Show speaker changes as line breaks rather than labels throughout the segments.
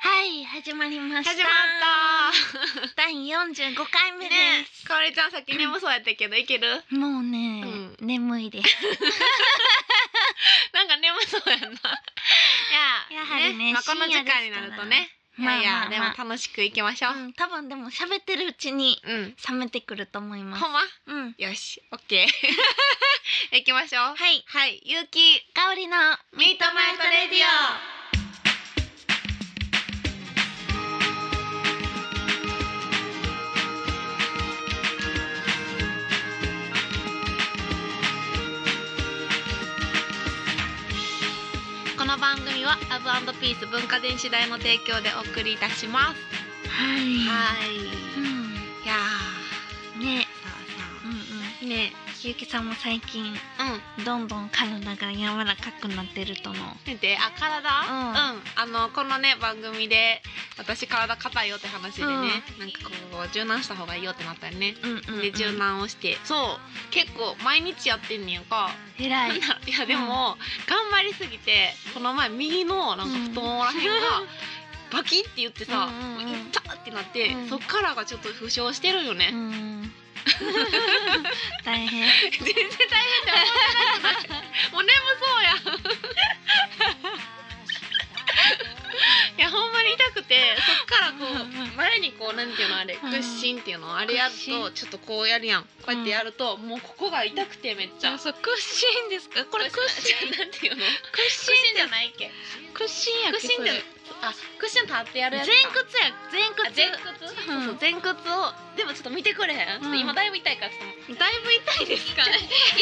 始まりました
始まった
第45回目で
ねえかおりちゃん先にもそうやったけどいける
す、もうね、
う
眠いです
なんか眠そうやんないや
やはりね
まあ、この時間になるとねいやいや、
まあまあまあ
でも楽しくいきましょう
うん、多分でも喋ってるうちに
うん、
冷めてくると思います
ほんま
うん
よしオッケー 行きましょう
はい
はいゆうき
香りの
ミートマイトレディオこの番組はラブピース文化電子代の提供でお送りいたします
はい
はい
うん
い
ね
やーさ
うんうん
あね
ゆうきさんも最近
うん
どんどん体が柔らかくなってるとの
であ体
うん
うん、あのこのね番組で私体硬いよって話で
う
ね、
ん
なんかこう柔軟した方がいいよってなったよね
うんう
で柔軟をして、そう結構毎日やってんねやんか、
偉
なん
い
だいやでも、頑張りすぎてこの前右のなんか太ももらへんが、バキって言ってさ「
うんうんうん
もういった!」ってなって、
うん
そっからがちょっと負傷してるよね、
うん 大変
全然大変じゃんもう眠そうやん いやほんまに痛くてそっからこう前にこうなんていうのあれ
うん
屈伸っていうのあれやる
屈伸
とちょっとこうやるやんこうやってやるともうここが痛くてめっちゃ
そう屈伸ですかこれ屈伸
なんていうの
屈
屈伸じゃないっけ
屈伸やっけ
屈
そ
伸じ
れ
ゃあ屈伸立ってやる
前
やつ
屈
か
や前
あ前
屈
屈
うん
そうそう前屈をでもちょっと見てくれへん、ちょっと今だいぶ痛いからちょっと
だいぶ痛いですか い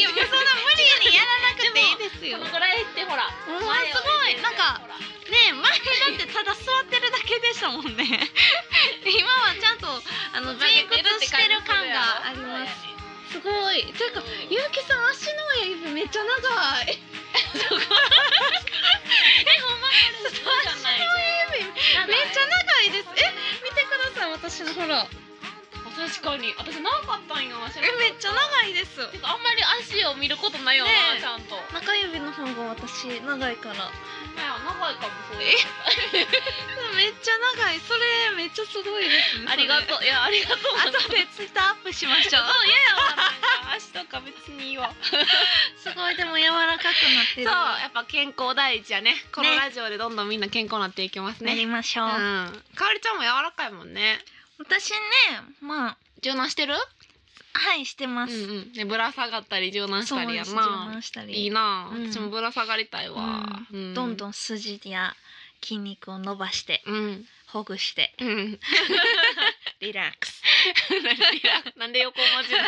やもうそんな無理にやらなくていいですよ
こ
ね
のぐらいってほら
ん
前を入れて
すごいなんか
ほら
え前だってただ座ってるだけでしたもんね 今はちゃんとあの前屈してる感がありますすごいていうかゆうきさん足の親指めっちゃ長い
そうじゃない
めっちゃ長いですえ見てください私のほら
確かに私長かったんよ足
え
の
めっちゃ長いです
てかあんまり足を見ることないよ
ねえ
な、ちゃんとま
中指の方が私長いから
あ長いかもそう
えめっちゃ長いそれめっちゃすごいですね
ありが
う
とういやありがとう
あとでツイッターアップしましょう
なんか足とか別にいいわ
すごいでも柔らかくなってる
そうやっぱ健康第一やねこの
ね
ラジオでどんどんみんな健康になっていきます
な
ね
りましょう、
うん、かおりちゃんも柔らかいもんね
私ねまあ
柔軟してる
はいして
う
ます、
んうんねぶら下がったり柔軟したりや
そうです自
な
慢したり
いいな、
うん
私もぶら下がりたいわ、うん
どんど
ん
ん筋や筋肉を伸ばして
うん
ほぐして
うん
リラックス
なんで横 文字な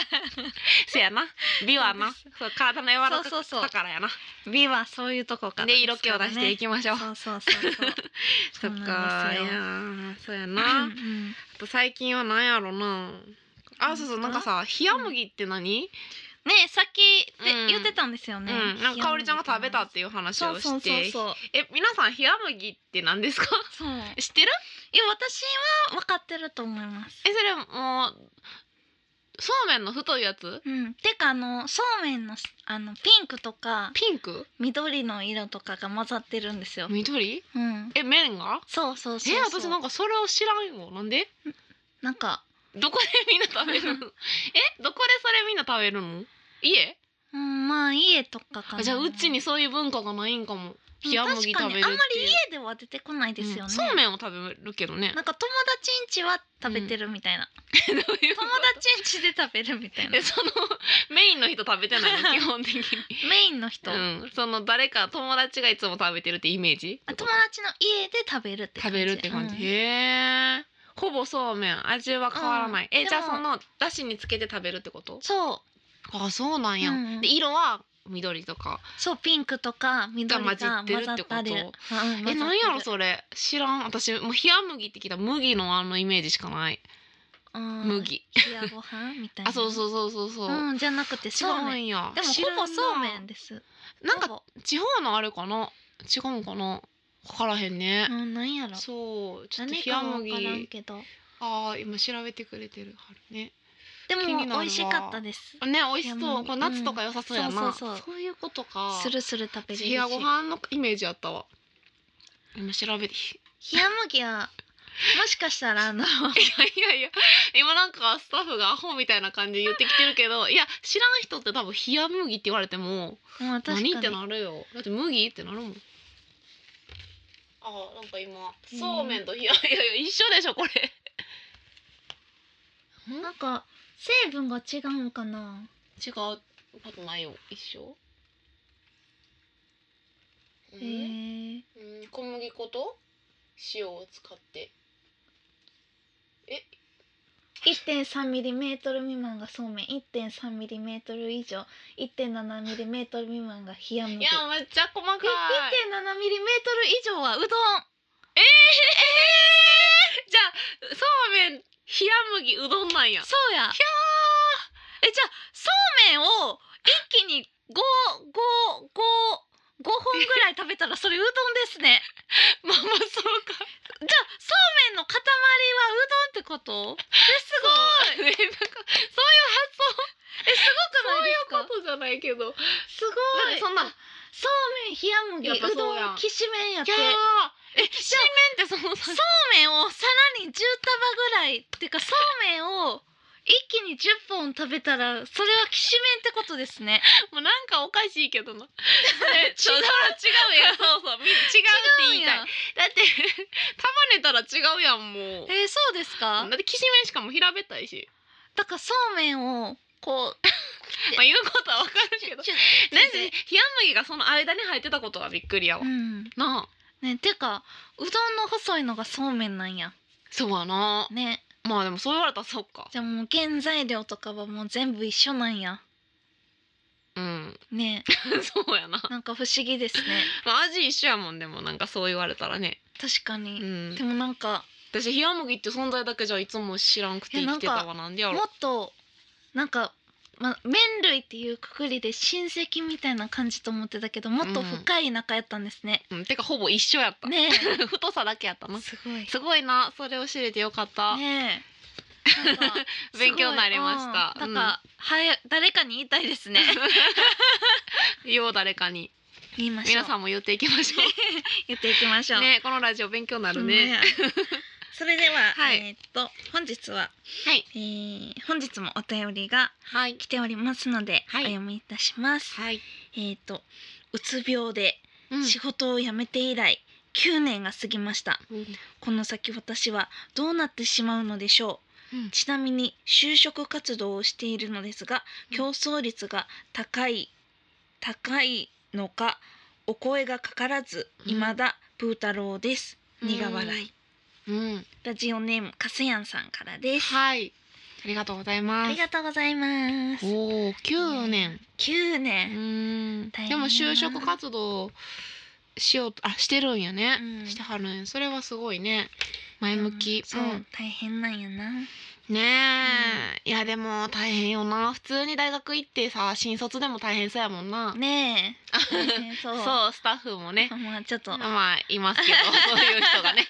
せやな美はなそう体の柔らか
そうそうそう
さからやな
美はそういうとこから
で色気を出してい
き
きましょう
そうそうそう そう
そ
そう
っ
そう
か
なん
い
です
や
よ
ーそうや
う
な、
んう
あ
ん
と最近はなんやろなあそうそうな
何
ん
で
か
すか
さ冷麦って何、
ねえさっきって
うん
言ってたんですよね、
うん、なんかかおりちゃんが食べたっていう話
そ
を
う
して
そうそうそう
え皆さん冷麦って何で すか
そういや
知ってる
私は分かってると思います
えそれもうそうめんの太いやつ
うん、てかあのそうめんのあのピンクとか
ピンク
緑の色とかが混ざってるんですよ。
緑
うん、
え麺が
そうそうそうそう。
え私なんかそれを知らんよなんで
なんか
どこでみんな食 べるのえどこでそれみんな食べるの家
うんまあ家とかかな。
あじゃあうちにそういう文化がないんかも
うん
冷麦
確
食
か
べる
に
っていう
あんまり家では出てこないですよね。
うんそうめんを食べるけどね
なんか友達ん家は食べてるみたいな。
どういうこ
友達ん家で食べるみたい
と
な
え。そのメインの人食べてない の基本的に
メインの人、
うんその誰か友達がいつも食べてるってイメージ
あ友達の家で食べるって
食
感じ。
べるって感じ、
うん
へえほぼそうめん味は変わらない、
うん
えじゃあ
でも
そのだしにつけて食べるってこと
そう
あそうなんや、
うんうん
で色は緑とか
そうピンクとか緑が混ざ
が
っ
混
て
じ
る。
ってるって
う
こと
ん混ざって
え
る
なんやろそれ知らん私もう冷麦って聞いたら麦のあのイメージしかない、
うん
麦
冷やご飯みたいな。
あそうそうそうそうそう、
うん、じゃなくて
違
そう
う
めん。
んや
でも
知らん
ほ
な
ぼそうめんです。
なんか
ほ
地方のあれかな違うんかな分からへんね
ぼ、うん、なんやろ。
そうちょっと
何かは
冷
分からん
麦
けど。
ああ今調べてくれてるはるね
でも
気になるわ
美味しかったです。
ね美味し
冷麦
そうこれ夏とか良さそうやな、
うんそ
そうう
そうそう
いうことか
するする食べれるし。
冷やご飯のイメージあったわ今調べて
冷麦はもしかしたらあ の
いやいや今なんかスタッフがアホみたいな感じで言ってきてるけ どいや知らん人って多分冷や麦って言われても
まあ確かに
何ってなるよだって麦ってなるもんあなんか今
そうめん
と冷やいやいや一緒でしょこれ
なんか成分が違うんかな
違うことないよ一緒
へえ
うん、小麦粉と塩を使って
1.3ミリメートル未満がそうめん1.3ミリメートル以上1.7ミリメートル未満が冷や麦
いやめっちゃ細かい
1.7ミリメートル以上はうどん
じゃあそうめん冷や麦うどんなんや
そうやえじゃあそうめんを一気に5 5 5 5本ぐらい食べたらそれうどんですね
まあまあそうか
じゃあそうめんの塊はうどんってことえすご
す ごいねなんか
いえすごくないです
そういう
か
ことじゃないけどだっ
すご
て
い
そんな
そうめん冷や
やっぱ
麦う
そうやん
どんきしめんやっ
い
て
やーえ
じ
し
ゃ
めんってそのさ
そうめんをさらに10束ぐらいっていうかそうめんを一気に10本食べたらそれはきしめんってことですね
もうなんかおかしいけ どなえちょだから違うやんそうそ うみ違うって言いた
違うん
い
や
だって 束ねたら違うやんもう
えーそうですか
だってきしめんしかも平べったいし
だからそうめんをこう
まあ言うことはわかるけど
ちょ
なんで冷麦がその間に入ってたことはびっくりやわ、
うん
なあ
ねてかうどんの細いのがそうめんなんや
そうやな
ね
まあでもそう言われたらそっか
じゃあもう原材料とかはもう全部一緒なんや
うん
ね
そうやな、
なんか不思議ですね
まあ、味一緒やもんでもなんかそう言われたらね
確か
う
に、
ん
でもなんか
私冷麦って存在だけじゃいつも知らんくて生きてたわなんでやろ
もっとなんか、ま、麺類っていうくくりで親戚みたいな感じと思ってたけどもっと深い仲やったんですね、
うん、てかほぼ一緒やった、
ね
太さだけやった
え
な
すごい
すごいなそれを知れてよかっ た、
ねえなんかすごい
勉強になりました
うんなんか、は誰かに言いたいです ね
よう誰かに
言いましょう
皆さんも言っていきましょう
言っていきましょう、
ねこのラジオ勉強にな
ほ
る
んまや
ね
それでは、
はい
えーっと本日は、
はい
えー本日もお便りが
はい
来ておりますので、
はい
お読みいたします、
はい、
えーっとうつ病で
うん
仕事を辞めて以来9年が過ぎましたこの先私はどうなってしまうのでしょう、
うん
ちなみに就職活動をしているのですが
うん
競争率が高い高いのかお声がかからず
うん
未だプー太郎です、
うん
苦笑い
うん、
ラジオネームかすやんさんからです、
はいありがとうござい
あ
ま
り
す
がとうございます
おお9年
9
う
年、
ん
大変
で
や
も
な
就職活動しようとあしてるんやね、
うん
してはるんやそれはすごいね前向き、
そう、
うん
大変なんやな
ねえ、いやでも大変よな普通に大学行ってさ新卒でも大変そうやもんな、
ねえ大変そう
そうスタッフもね、
まあちょっと、
まあいます けどそういう人がね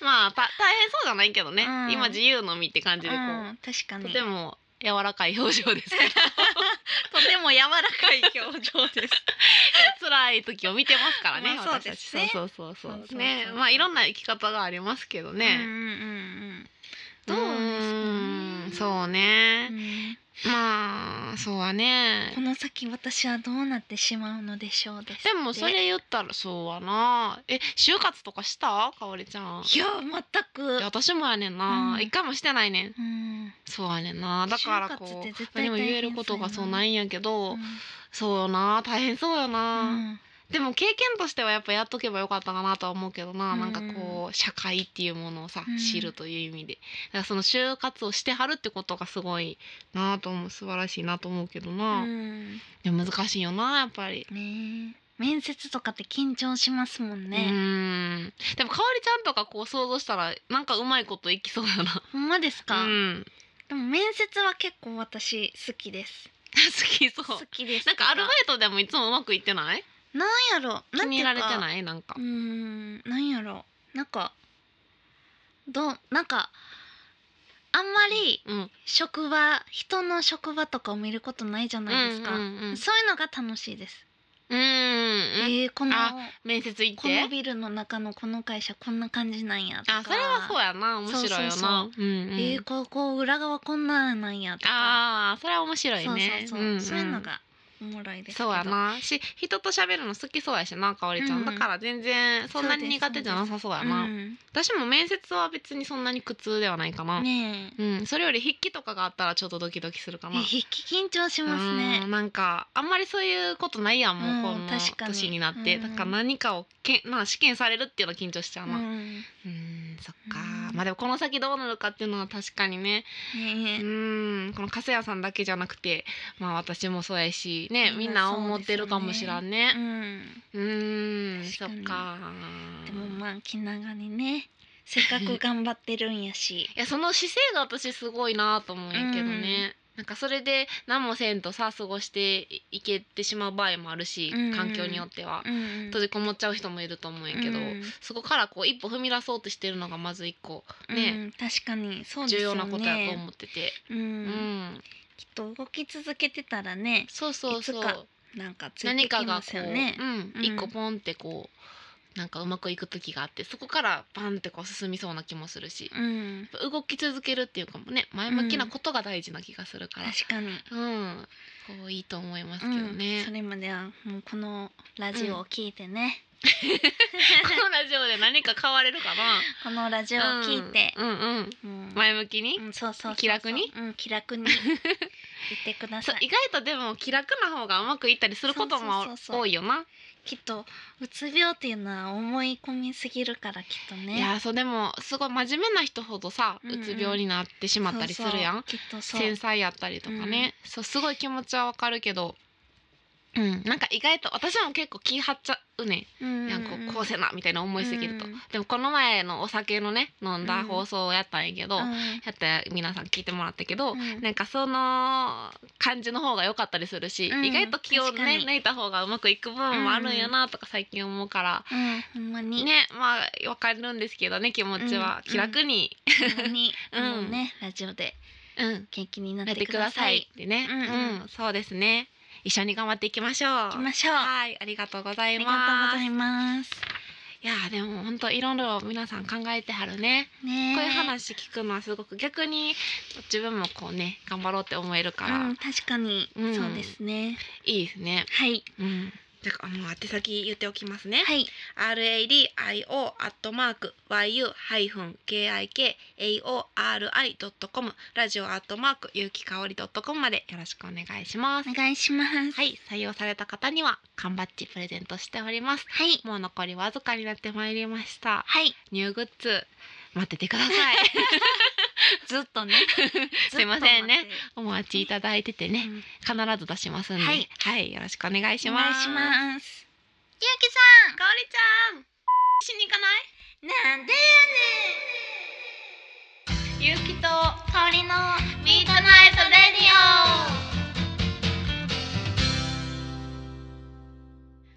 まあた大変そうじゃないけどね、
うん
今自由の身って感じでこ
うん確か
う、
に
とても柔らかい表情ですけど
とても柔らかい表情 です。
辛い時を見てますからね、
まあ
私た
そうで
ち
すね
そうそうそう
そうそう
そ
そうう
ねまあいろんな生き方がありますけど
うん
ね、
うんうんうん。どうなん
うーん
ですかね
そうね、
うん
まあそうはね
この先私はどうなってしまうのでしょうですって。
でもそれ言ったらそうはなえ就活とかしたかおりちゃん
いや全
い
く
や。私もやねんな、
うん
一回もしてないねん
うん。
そうやねんなだからこ
就活って
う
絶対
何も言えることがそうないんやけど、
うん
そうよな大変そうよ
う
な、
ん
でも経験としてはやっぱやっとけばよかったかなとは思うけどな、
うん
なんかこう社会っていうものをさ、
うん
知るという意味でだからその就活をしてはるってことがすごいなと思う素晴らしいなと思うけどな、
うん
でも難しいよなやっぱり。
ねえ面接とかって緊張しますもん
う
ね。
んでもかおりちゃんとかこう想像したらなんかうまいこといきそうだな。
ほんまですか
う。 ん、
でも面接は結構私好きです。
好きそう。
好きです。
なんかアルバイトでもいつもうまくいってない
なんやろ。
気に入られて
い
ないなんか
うー。んなんやろなんかどうなんかあんまり
うん。
職場人の職場とかを見ることないじゃないですか、
うんうんうん
そういうのが楽しいです
うーん、
えー、この
あ面接行っ
この
て
ビルの中のこの会社こんな感じなんやとか
あそれはそうやな面白いよな
そうそう
うんうん
えー、ここ裏側こんなんなんやとか
あーそれは面白いね
そうそうそう、
んん
そういうのがおもろいですけど
そうやなし人と喋るの好きそうやしなかおりちゃん、
うん
だから全然そんなに苦手じゃなさそうやな、
うん
私も面接は別にそんなに苦痛ではないかな、
ねえ
うん、それより筆記とかがあったらちょっとドキドキするか
え
な、
筆記緊張します
う
ね
んなんかあんまりそういうことないやんもう、
うん
この
確かに
年になって、
うん
だから何かをけまあ試験されるっていうのは緊張しちゃ
う
うんなうんそっか、
うん
まあでもこの先どうなるかっていうのは確かに
ね
ねう
え
んこの粕谷さんだけじゃなくてまあ私もそうやしねみんな思ってるかもしらんね
うん
うーん、そっ
確
か
か。でもまあ気長にねせっかく頑張ってるんや し
いやその姿勢が私すごいなと思うんやけ
う
ど
ん
ね。なんかそれで何もせんとさ過ごしていいけてしまう場合もあるし、
うん
環境によっては、
うん
閉じこもっちゃう人もいると思うんやけど、
うん
そこからこう一歩踏み出そうとしてるのがまず一個ね、
うん確かにそうです
重
よ
要
ね
なことやと思ってて、
うん
うん
きっと動き続けてたらね
そうそうそ
いうつかなんかついて
何か
き
が
ま
こ
す
う、
よね
う、
うんん
一個ポンってこうなんかうまくいく時があってそこからバンってこう進みそうな気もするし、
うん
動き続けるっていうかもね前向きなことが大事な気がするから、
確かに、
うんこういいと思います
う
けどね
ん、、それまではもうこのラジオを聞いてね、
このラジオで何か変われるか な
このラジオを聞いて、
うんうんうん
もう
前向きに、
うん、そうそうそうそう
気楽に
うん、気楽 に言ってくだ
そ
さ
う
い
意外とでも気楽な方がうまくいったりすることも
そうそうそうそう
多いよな
きっとうつ病っていうのは思い込みすぎるからきっとね
いやそうでもすごい真面目な人ほどさ、う
うんうん
つ病になってしまったりするやん
そうそうきっとそう
繊細やったりとかね、そうすごい気持ちはわかるけどうん、なんか意外と私も結構気張っちゃうね
うん
なんかこうこうせなみたいな思いすぎると、
うん
でもこの前のお酒のね飲ん
う
だ
ん
放送をやったんやけど、
うん
やったら皆さん聞いてもらったけど、
うん
なんかその感じの方が良かったりするし、
うん
意外と気を
確か
ね
に
抜いた方がうまくいく部分もあるんやなとか最近思うから、
うんほんまに、
ねまあわかるんですけどね気持ちは、
うん
気楽に、
ほんまに、
うん
もうねラジオで
うん、
元気になっ
やってて
く
く
だ
だ
さ
さ
い
いってね、
うんうん
うんそうですね一緒に頑張っていきましょう。
行きましょうあ
はいありがとうござい
りが
ま
と
す。
うございます
いやーでも本当いろいろ皆さん考えてはるね。
ねえ
こういう話聞くのはすごく逆に自分もこうね頑張ろうって思えるから、
うん、確かに、
うん
そうですね
いいですね。
はい
うん。じゃああの宛先言っておきますね。
はい
R A D I O アットマーク Y U ハイフン K I K A O R I ドットコムラジオアットマーク有機香りドットコムまでよろしくお願いします
お。願いします
はい、採用された方には缶バッジプレゼントしております。
はい
もう残りわずかになってまいりました。
はい
ニューグッズ待っててください。
ずっとね
すいませんね
ずっ
お待ちいただいてて
と待って
ね、必ず出しますんで、
は
はいい、よろしくお願いし
うんお
ま
願い
す。
しますゆうきさん
かおりちゃん、しに行かない？
なんで
ゆうき
やね
と
ん香りの
ミートナイトレディ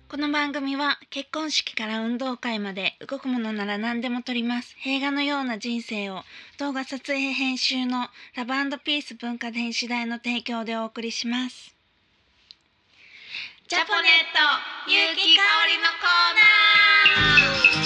この番組は結婚式から運動会まで動くものなら何でも撮ります映画のような人生を動画撮影編集のラブピース文化電子台の提供でお送りします
オ。ジャポネットゆうきかおりのコーナー。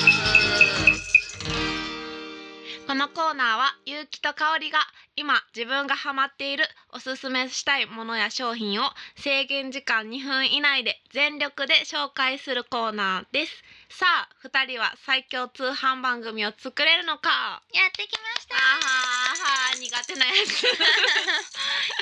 このコーナーはゆうきとかおりが今自分がハマっているおすすめしたいものや商品を制限時間2分以内で全力で紹介するコーナーですさあ二人は最強通販番組を作れるのか
やってきまし
あーはー苦手なや つ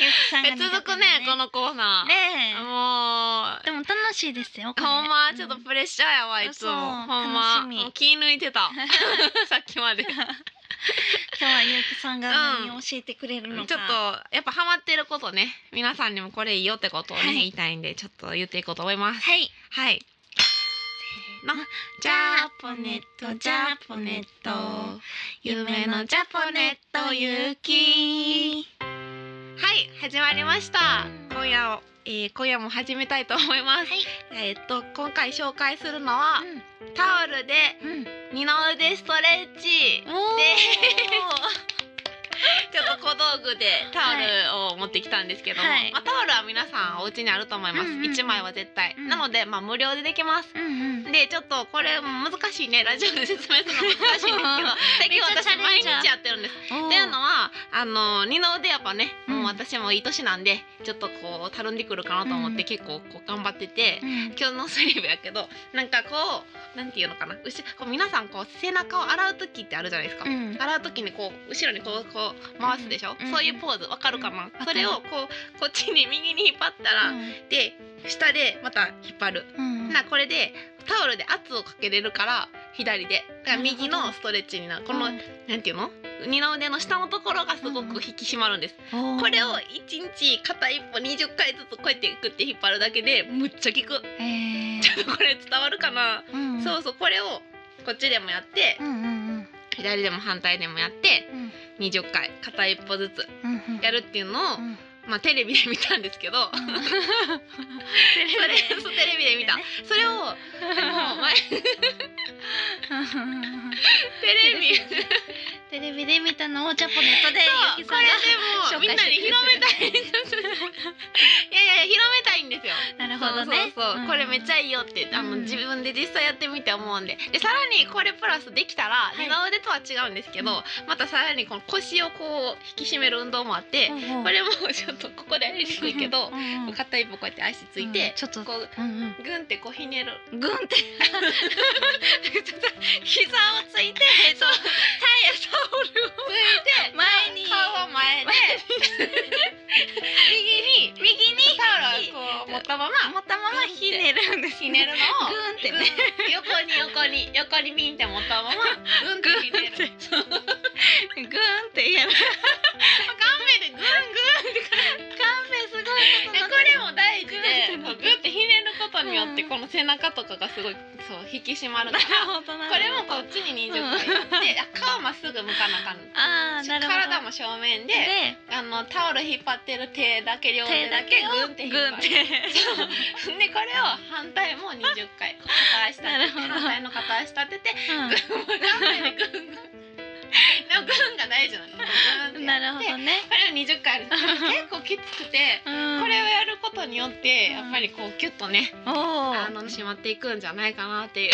ゆうきさんが
え
苦手な
続くねこのコーナー
ねえ
もう
でも楽しいですよこれ
ほんまちょっとプレッシャーやわいつ
そ
も
う
ほんま
楽しみ
もう気抜い てたさっきまでちょっ
今日はゆうきさんが
うん
何を教えてくれるのか、
とやっぱハマってることね皆さんにもこれいいよってことをね、
はい
言いたいんでちょっと言っていこうと思います
はい
はいのジャポネットジャポネット夢のジャポネットゆうきはい始まりました今夜を、えー今夜も始めたいと思います、えーっと今回紹介するのは、タオルで
うんうん
二の腕ストレッチ
おー
ちょっと小道具でタオルを持ってきたんですけども、
はい
まあ、タオルは皆さんお家にあると思います、
うんうん
一1枚は絶対、
うん
なので、まあ、無料でできます
うんうん。
でちょっとこれ難しいねラジオで説明するの難 しいんですけど最
め
近
っちゃチ
私
ャレ
毎
ンジャー
日やってるんです。
おー
っていうのはあの二の腕やっぱねもううん私もいい年なんでちょっとこうたるんでくるかなと思っ
う
て
ん
結構こう頑張ってて
う。ん
今日のスリーブやけどなんかこうなんていうのかなうしこう皆さんこう背中を洗う時ってあるじゃないですか、
うん
洗う時にこう後ろにこうこう回すでしょ、
うん
そういうポーズわかるかな、
うん
それをこうこっちに右に引っ張ったら、で下でまた引っ張る、
うん
なこれでタオルで圧をかけれるから左でだから右
なる
の
ほ
ストレッチになるこの、
うん
なんていうの二の腕の下のところがすご
うん
く引き締まるんです、
おー
これを一日片一歩20回ずつこうやってグッて引っ張るだけでむっちゃ効く
えー
ちょっとこれ伝わるかな、
うん
そうそうこれをこっちでもやって、
うんうんうん
左でも反対でもやって
うん
20回片一歩ずつ
うんうん
やるっていうのを、
うん
まあテレビで見たんですけ ど、
テレ
それ そうテレビで見た、
ね
それをもう前テレビそう
テレビで見たのをジャポネットで
これ
ゆき
で
さんが
もうみんなに広めたいいやいや 広めたいんですよ
なるほどね
そうそうそう、これめっちゃいいよってあの、
うん
自分で実際やってみて思うんででさらにこれプラスできたら
い
二の腕とは違うんですけど、またさらにこの腰をこう引き締める運動もあって、これもちょっとここでやりにくいけど、片一歩こうやって足ついて、
ちょっと
こう
うんうん
グンってこうひねる
グンって 膝をついて
そうタオルをついて
前に
顔を 前で右に
右に
タオルをこう持ったまま
持ったままひねるんです
ひねるの
グ
を
ンって
グン
ね
横に横に横にピンって持ったままグンってひね
グ
る
ンってやる
顔面でグングンって
カンペすごいこと
で
な
こ
っ
れも大事で
グ
グ
ンってなっ
ッ
て
てひねることによって
うん
この背中とかがすごいそう引き締まるか
なる
ら
ほどな
これもこっちに20回やってあ顔まっすぐ向かなあかん
ああなるほど
体も正面で
で
あのタオル引っ張ってる手だけ両手
手
だ
だ
け
けを
グンって引っ張 る
グンって
そうでこれを反対も20回片足立
なる
て
ほ
て
ど
反対の片足立てて
う
もう顔面でグングンでもグンが大事なのグンってやって
んなるほどね
これを20回やる結構きつくて
こ
これをやることによって
うん
やっぱりこうキュッとね、
おお
あの締まっていくんじゃないかなっていう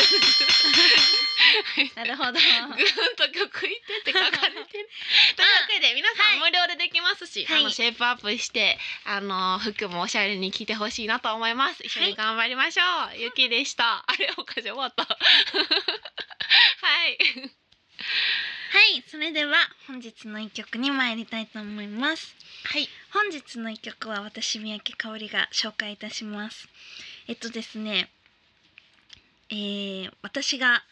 なるほど
グーンと曲いってって書かれてる。というわけで皆さん無料でできますし、
はい
あのシェイプアップしてあの服もおしゃれに着てほしいなと思います。一緒に頑張りましょう。ゆきでした。あれおかしい終わった。はい。
はいそれでは本日の一曲に参りたいと思います
はい。
本日の一曲は私三宅香織が紹介いたしますえっとですねえー、私が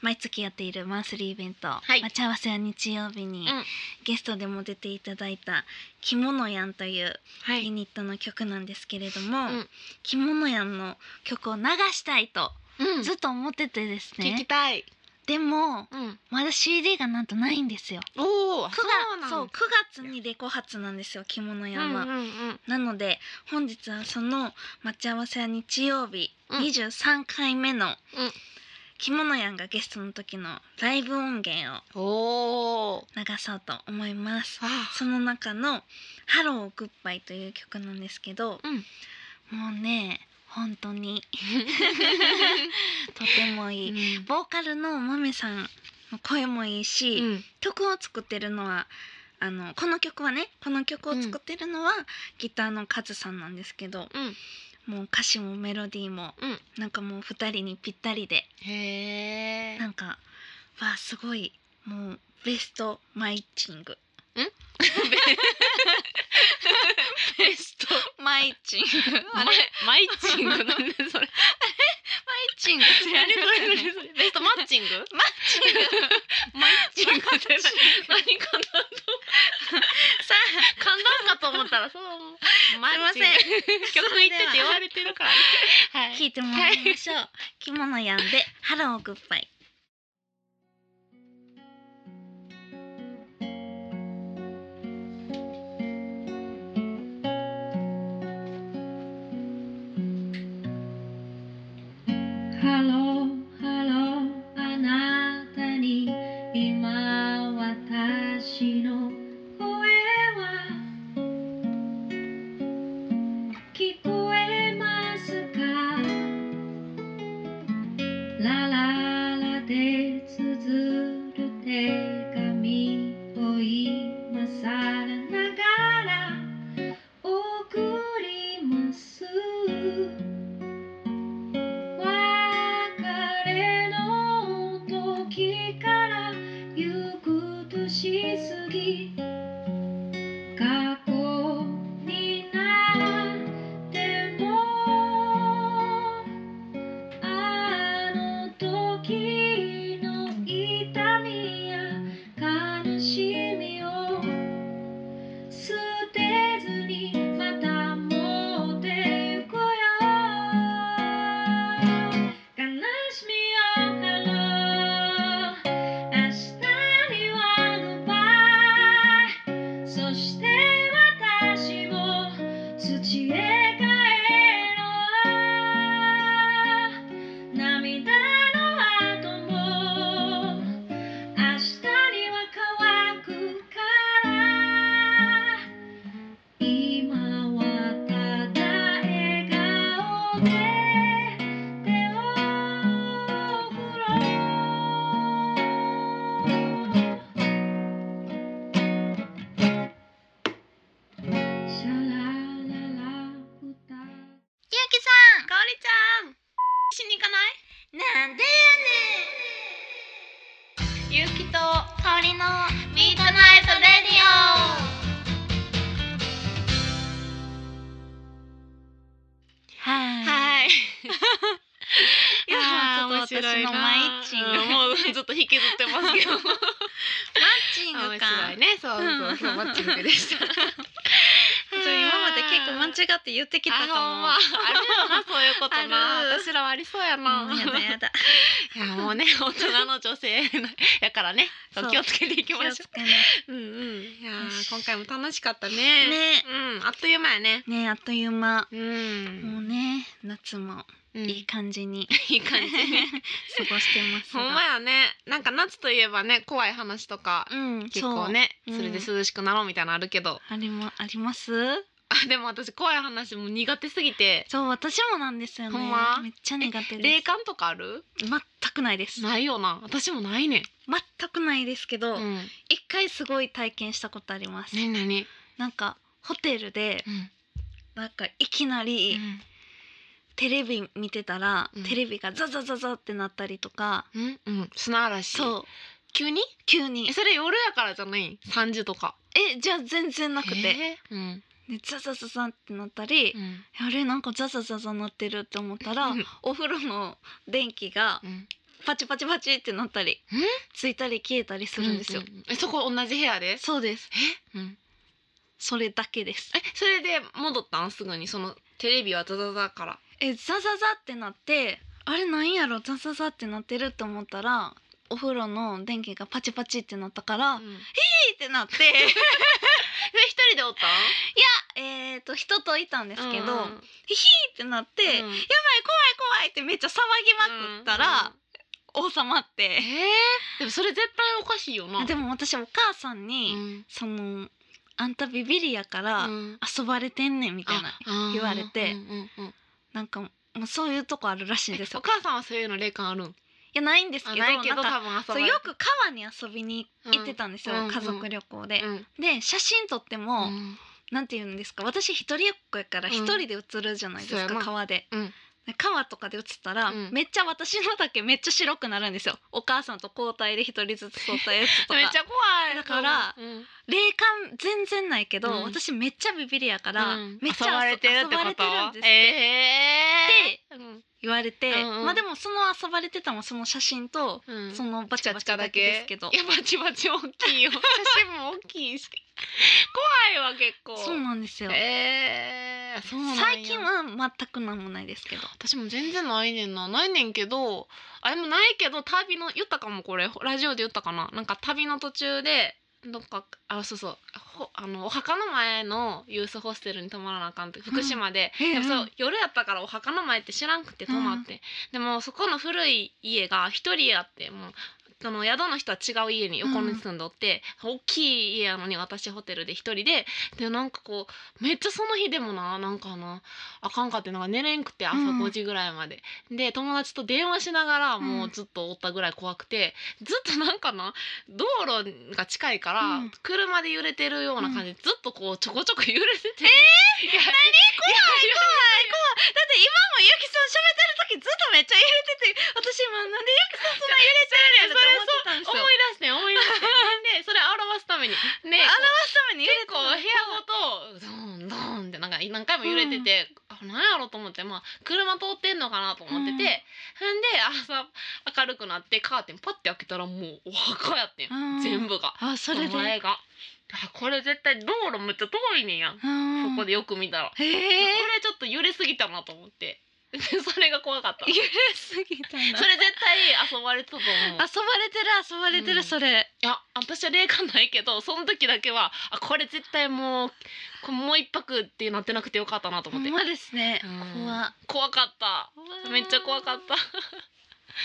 毎月やっているマンスリーイベント、
はい
待ち合わせは日曜日に、
うん
ゲストでも出ていただいた「着物やん」という
は
ユ。ニットの曲なんですけれども、
うん
着物やんの曲を流したいと
うん。
ずっと思っててです
聞き
ね、
たい。
でも
うん。
まだ CD がなんとないんですよ
おお。
9
そうな
月
ん
そう9月にレコ発なんですよ着物
う
やん
んう
は、
んうん。
なので本日はその待ち合わせは日曜日、
うん
23回目の
うん
着物やんがゲストの時のライブ音源を
おお。
流そうと思います
あ
その中の「ハローグッバイ」という曲なんですけど、
うん
もうね本当 にとてもいい、ボーカルのまめさんの声もいいし、
うん。
曲を作ってるのはあのこの曲はねこの曲を作ってるのは、ギターのカズさんなんですけど
うん。
もう歌詞もメロディーも、
うん
なんかもう2人にぴったりで
へえ
な。んかわあすごいもうベストマイチング
ベスト。
マイチング
あれ、 マイチングなんでそ
マ
れ。
イチングって
何これ 何それベストマッチング？マッチング。マッチングって何何かなと。
さあ
簡単かと思ったらそう。マッチング
すいま
曲言ってって言われてるから。 は
聞いてもらいましょう 着物やんでハローグッバイ
ハローハローあなたに今私の
なんでやねんゆうきと香りのミートナイトレディ
は
オはい
いや
あー
ちょっと面白いな
私のマイッチング
うんもうずっと引きずってますけど
チン
面
グか
白いね そうそうそう、
うん
マッチングでした
ー
そう今まで結構間違って言ってきたか
あ
も
ほんまあるよな
そういうこと
な私
らはありそうや
うんやだやだ
いやもうね 大人の女性のやからね
そう
気をつけていき
気
ま
を
しょ
つけな
ううんうんいや
よし
ー今回も楽しかったね
ね
うんあっという間やね
ねえあっという間
う
も
ん
うね夏も
うん
いい感じに
いい感じね
過ごしてます
ほんま
が
やねなんか夏といえばね怖い話とか
うん
結
そ
構
う
ね
そう
それで涼しくなろうみたいなのあるけど、
あれもあります
あでも私怖い話も苦手すぎて
そう私もなんですよね
ほんま
めっちゃ苦手
霊
です
感とかある
全くないです
ないよな私もないねん
全くないですけど
うん
一回すごい体験したことあります
何何
なんかホテルで
うん
なんかいきなりテレビ見てたら
うん
テレビがザザザザってなったりとか
うんうん砂嵐
そう
急に
急に
えそれ夜やからじゃないん3時とか
えじゃあ全然なくてで
えーうん
ザザザザってなったり
うん
あれなんかザザザザなってるって思ったら
うん
お風呂の電気が
うん
パチパチパチってなったり
うん
ついたり消えたりするんですよ
ううえそこ同じ部屋で
そうです
えうん
それだけです
えそれで戻ったんすぐにそのテレビはザザザから
えザザザってなってあれなんやろザザザってなってるって思ったらお風呂の電気がパチパチってなったから、
うんえ
ピーって なって
一人でおったん
えっと人といたんで
です
けど、
うん
ピーってなって、やばい怖い怖いってめっちゃ騒ぎまくったら、、王様っ
うん
て、
えーでもそれ絶対おかしいよな
で
も、
も私お母さん
う
に、
ん
そのあんたビビリやから、
うん
遊ばれてんねんみたいな
あ
言われて
うんうんうん
なんかもうそういうとこあるらしいんです
お
よ
母さんはそういうの霊感あるん
いやないんですけ
あ
ど
ないけど
んか
多分遊ば
そう
れ
よく川に遊びに行ってたんですよ、
うんうん
家族旅行で。
うん
で写真撮って
う
も、
ん
なんて言うんですか私一人っ子やから
うん
一人で写るじゃないです
そう
か、
やな
川で。
うん
で川とかで写ったら、
うん
めっちゃ私のだけめっちゃ白くなるんですよお母さんと交代で一人ずつ撮ったやつとか
めっちゃ怖い
だから
うん
霊感全然ないけど、
うん
私めっちゃビビリやから、
うん
めっちゃ
遊ばれてるって
遊ばれ
こ
て
と
るんですって、
えーうん
言われて、
うんうん
まあでもその遊ばれてたもその写真と、
うん
そのバチバチだけですけど
いやバチバチ大きい よ写真も大きいし怖いわ結構
そうなんですよ、
えーそうなんや
最近は全くなんもないですけど
私も全然ないねんなないねんけどあれもないけど旅の言ったかもこれラジオで言ったかななんか旅の途中でどっかあそうそうほあのお墓の前のユースホステルに泊まらなあかんって福島で、
うん
でも
う
そうん夜やったからお墓の前って知らんくて泊まって、でもそこの古い家が一人やってもうその宿の人は違う家に横に住んどって、大きい家やのに私ホテルで一人ででなんかこうめっちゃその日でもななんかなあかんかってなんか寝れんくて朝
うん
5時ぐらいまで、で友達と電話しながらもうんうずっとおったぐらい怖くて、ずっとなんかな道路が近いから、
うん
車で揺れてるような感じで、ずっとこうちょこちょこ揺れてて。えー、何怖い
だって今もゆきさん喋ってる時ずっとめっちゃ揺れてて私今なんでゆきさんそんな揺れてるんやろって思ってたんです
思い
よ
出して思い出してで それ表すためにね
表すために揺れ
結
て
構部屋ごとドーンドーンってなんか何回も揺れてて、あなんやろと思ってまあ車通ってんのかなと思ってて、
うん
ほんで朝明るくなってカーテンパッて開けたらもうお墓やってん、
うん
全部が
あそれで
前があこれ絶対道路めっちゃ遠いねんやん、
うん
そこでよく見たら、
へ
こ
え
れちょっと揺れすぎたなと思って でそれが怖かった
揺
それ
れす ぎたんだ
絶対遊ばれてたと思う
遊ばれてる遊ばれて
う
る
ん
それ、
いや私は霊感ないけどその時だけはあこれ絶対もうこもう一泊ってなってなくてよかったなと思
ほ
って
んまですね
うん
怖っ
怖かっためっちゃ怖かった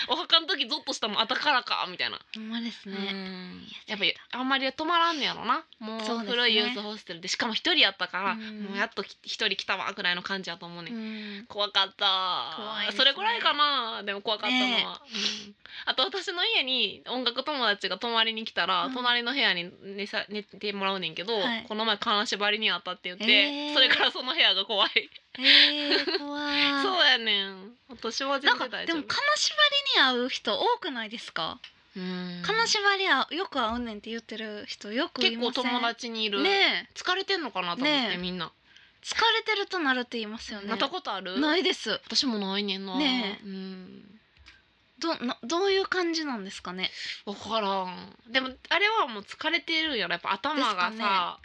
お墓の時ゾッとしたもんあだからかみたいな、
ほんまですね、
やっぱりあんまり泊まらんねやろなもう
そうですね
古いユースホステルでしかも一人やったから、
うん
もうやっとき一人来たわぐらいの感じやと思うね、
うん
怖かった
怖いですね
それぐらいかなでも怖かったのは、うんあと私の家に音楽友達が泊まりに来たら、
うん
隣の部屋に寝さ寝てもらうねんけど、
はい
この前金縛りにあったって言って、
えー
それからその部屋が 怖い
えー、怖い。
そうやねん私は
な
全
んか
然大
で
丈夫
も金縛りに会う人多くないですか？
うん
金縛りはよく会うねんって言ってる人よくい
結
ま
構
せん。
友達にいる、
ねえ
疲れてんのかなと思って、
ねえ
みんな、
疲れてるとなるって言いますよね。
なったことある
ないです。
私もないねんな
ねえ
うん
どなどういう感じなんですかね。
分からんでもあれはもう疲れてるんやろやっぱ頭が
です
さ
か、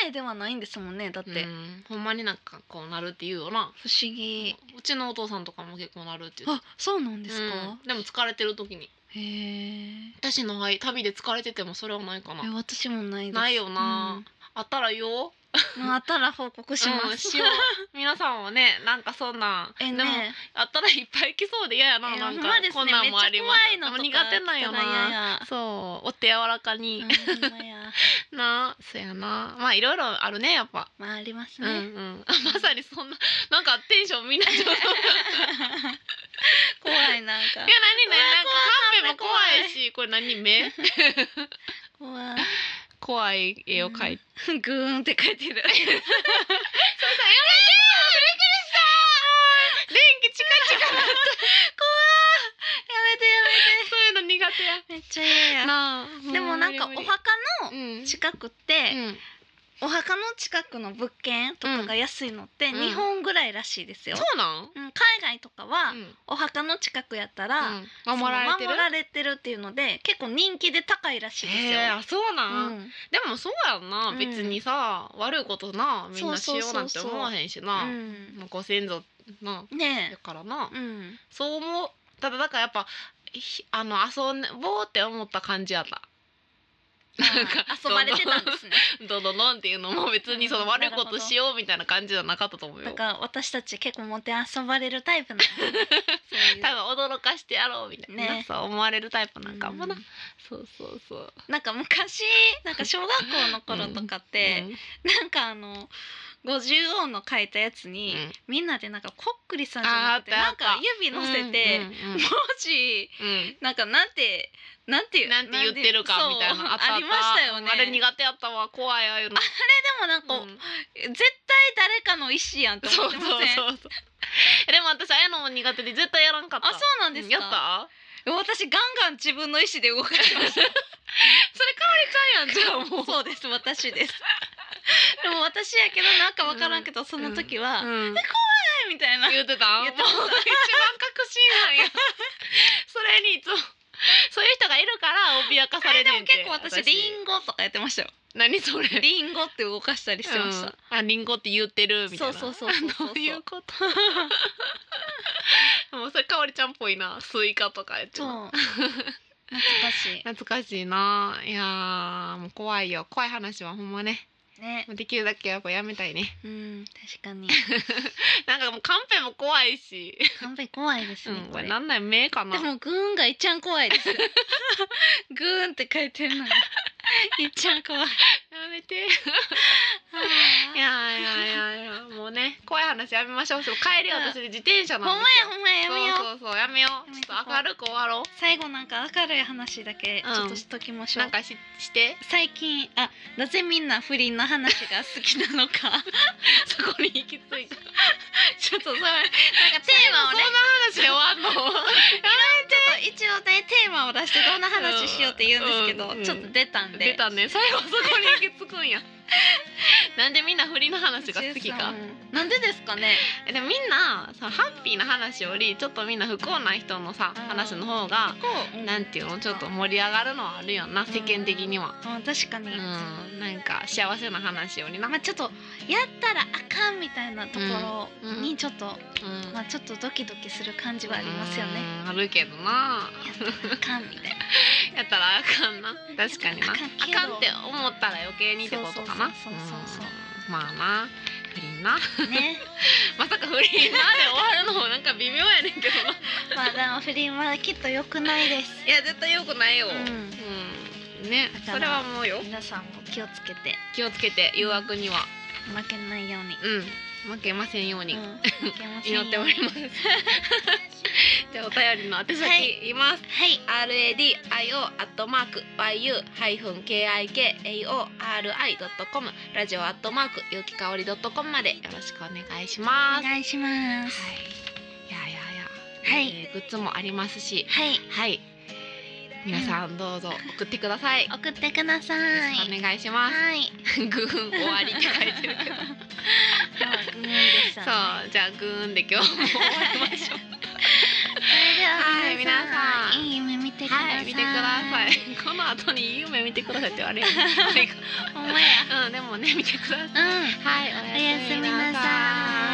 夢ではないんですもんね。だって、
うんほんまになんかこうなるっていうよな
不思議。
うちのお父さんとかも結構なるって言って
あ、そうなんですか。
うんでも疲れてる時に
へー
私の愛旅で疲れててもそれはないか
え。
な
私もないです。
ないよな、あったら言おう
うん。まあ、あったら報告し
う
ま
ん
す。
しよう皆さんはねなんかそんなん
え
でも
ね。
あったらいっぱい来そうで嫌やな
え
なん
ほ
か
んまです
こ
ね
んなんもあります
めっちゃ怖いのとか
でも苦手なんよ
来たら嫌
な
や
そうお手柔らかに、
うんほんまや
なそうやなまあいろいろあるねやっぱ
まああります
うんう
ね。
ん まさにそんななんかテンションみんな ちょっといや
怖いなんか
何。ねなんかカンペも怖いしこれ何目
怖い。
怖い絵を 描いて
グーンって書いてる。
そうさやめてびっくりした電気チカチカ怖やめてやめてそういうの苦
めっちゃ嫌
手や
や。
な
でもなんかお墓
う
の
ん
近くっ
う
て、
ん
お墓の近くの物件とかが安いのって
うん
日本ぐらいらしいですよ
そ。うなん
うん、海外とかは
うん
お墓の近くやったら、
うん守られて
そ
る
の守られてるっていうので結構人気で高いらしいですよ
へえ。あそう
う
なん
ん、
でもそうやんな
うん
別にさ悪いことなみんなしようなんて
そうそうそうそう
思わへんし
う
なも
ん、
うご先祖な
ね
だからな
え、うん、
そう思うただだからやっぱひあの遊ぼうって思った感じやったなんか
あー遊ばれてたんですね。
どんどんどんっていうのも別にその悪いことしようみたいな感じじゃなかったと思うよ
だから私たち結構もて遊ばれるタイ プなんですねそういう
多分驚かしてやろうみたいな、
ね
そう思われるタイプなんかもな、
うん
そうそうそう
なんか昔なんか小学校の頃とかって、なんかあの五十音の書いたやつ
うん
に、みんなでなんかこっくりさんじゃなくて
あーあ
な
っ
ん
たあった
か指乗せて、
うんうんうん
文字
うん
なんかなんてなんていう
なんて言ってるかみたい
そう
なあ
あ
ったあっ
り
た
ましたよね。
あれ苦手やったわ怖いああいうの
でもなんか、
うん
絶対誰かの意思やんって
そ
思っ
うそ
てま
うそう
せん。
そうでも私ああいうのも苦手で絶対やらんかった
あそうなんですか。
やった
私ガンガン自分の意思で動かして ました。
それかわりちゃうやんじゃあもう
そうです私です。 でも私やけどなんかわからんけど、その時は、はい
うん
みたいな。
言ってた
言ってました
も う一番確信犯や それにいつもそういう人がいるから脅かさ
あ
れ
れで
ね
も
ん
結構私リ
ン
ンゴとかやってましたよ。
何それ
リンゴって動かしたりしてました。
うんあリンゴって言ってるみたいな
そうそうそうそうそう
どういうこと もうそれかおりちゃんっぽいなスイカとかやって
そう。
な
懐かし
懐かしいないやーもう怖いよ怖い話はほんまね
い。ね。
できるだけやっぱやめた いね
うん確かに。
なんかもうカンペも怖いし、
完璧怖いです
う
ね、
ん、こ
こ
れ
れ。
なんない目かな
でもグーンがいっちゃん怖いです。 グーンって書いてるのが いっちゃん 怖い。
やめていやいやいやいやもうね怖い話やめましょうそう帰り
うん
私自転車
ほんま
な
や
ん
ほ
ですよ
んまややめよう。
そうそうそうや
やめ
めようち
とこう
ょっと明るく終わろう
最後なんか明るい話だけちょっとしときましょう。
なんかしして
最近あなぜみんな不倫の話が好き なのか
そこに行き 着いた
ちょっとそれなんかテー
そ
マをね
んな話で終わんの
ちょっと一応ねテーマを出してどんな話しようって言うんですけど、
うんうん
ちょっと出たんで
出たね最後そこに行き着く んやなんでみんな振りの話が好きか
うんなんでですかね
えでもみんなさハッピーな話よりちょっとみんな不幸な人のさ
うん
話の方が
こう、
なんていうのちょっと盛り上がるのはあるよな世間的には
あ確かに、
うんなんか幸せな話よりな
まあちょっとやったらあかんみたいなところ
うんう
に
ん
ちょっと、
うん
まあちょっとドキドキする感じはありますよね、
うんあるけどな
あかんみたいな
やったらあかんな確かになあ
あ
か
かんけど
んって思ったら余計にってことかな
そうそうそうそうそう
うんまあな不 倫な
ね
まさか不倫なで終わるのもなんか微妙やねんけど な
まあでも不倫はきっと良くないです
いや絶対よくないよ、う
うんん
ね
だから
それはもうよ
皆さんも気をつけて
気をつけて誘惑には
負けないように
うん負けませんように、
うん、負けませんよう
祈
に
っております じゃあお便りの宛先、
はい
言います
はい。
RADIO アットマーク YU ハイフン KIKAORI ドットコムラジオアットマークゆうきかおりドットコムまでよろしくお願いし
お
ます。はい。
願いします。
いやいやいや。
はい
えーグッズもありますし、
はい。
はい。皆さんどうぞ送ってください。よ
送ってくださ
ろ
い。
しくお願いします。
はい。
グーン終わりって書いてるけ ど。
そう、グーでした
そ
ね。
う、じゃあグーンで今日も終わりまし ょう。
それでは
はい皆さん
いい夢見てください。
はい、見てください。この後にいい夢見てくださいって言わ れる。なんか
ほんまや。
うん、でもね見てください。
うん。
はい、お
おやすみなさい。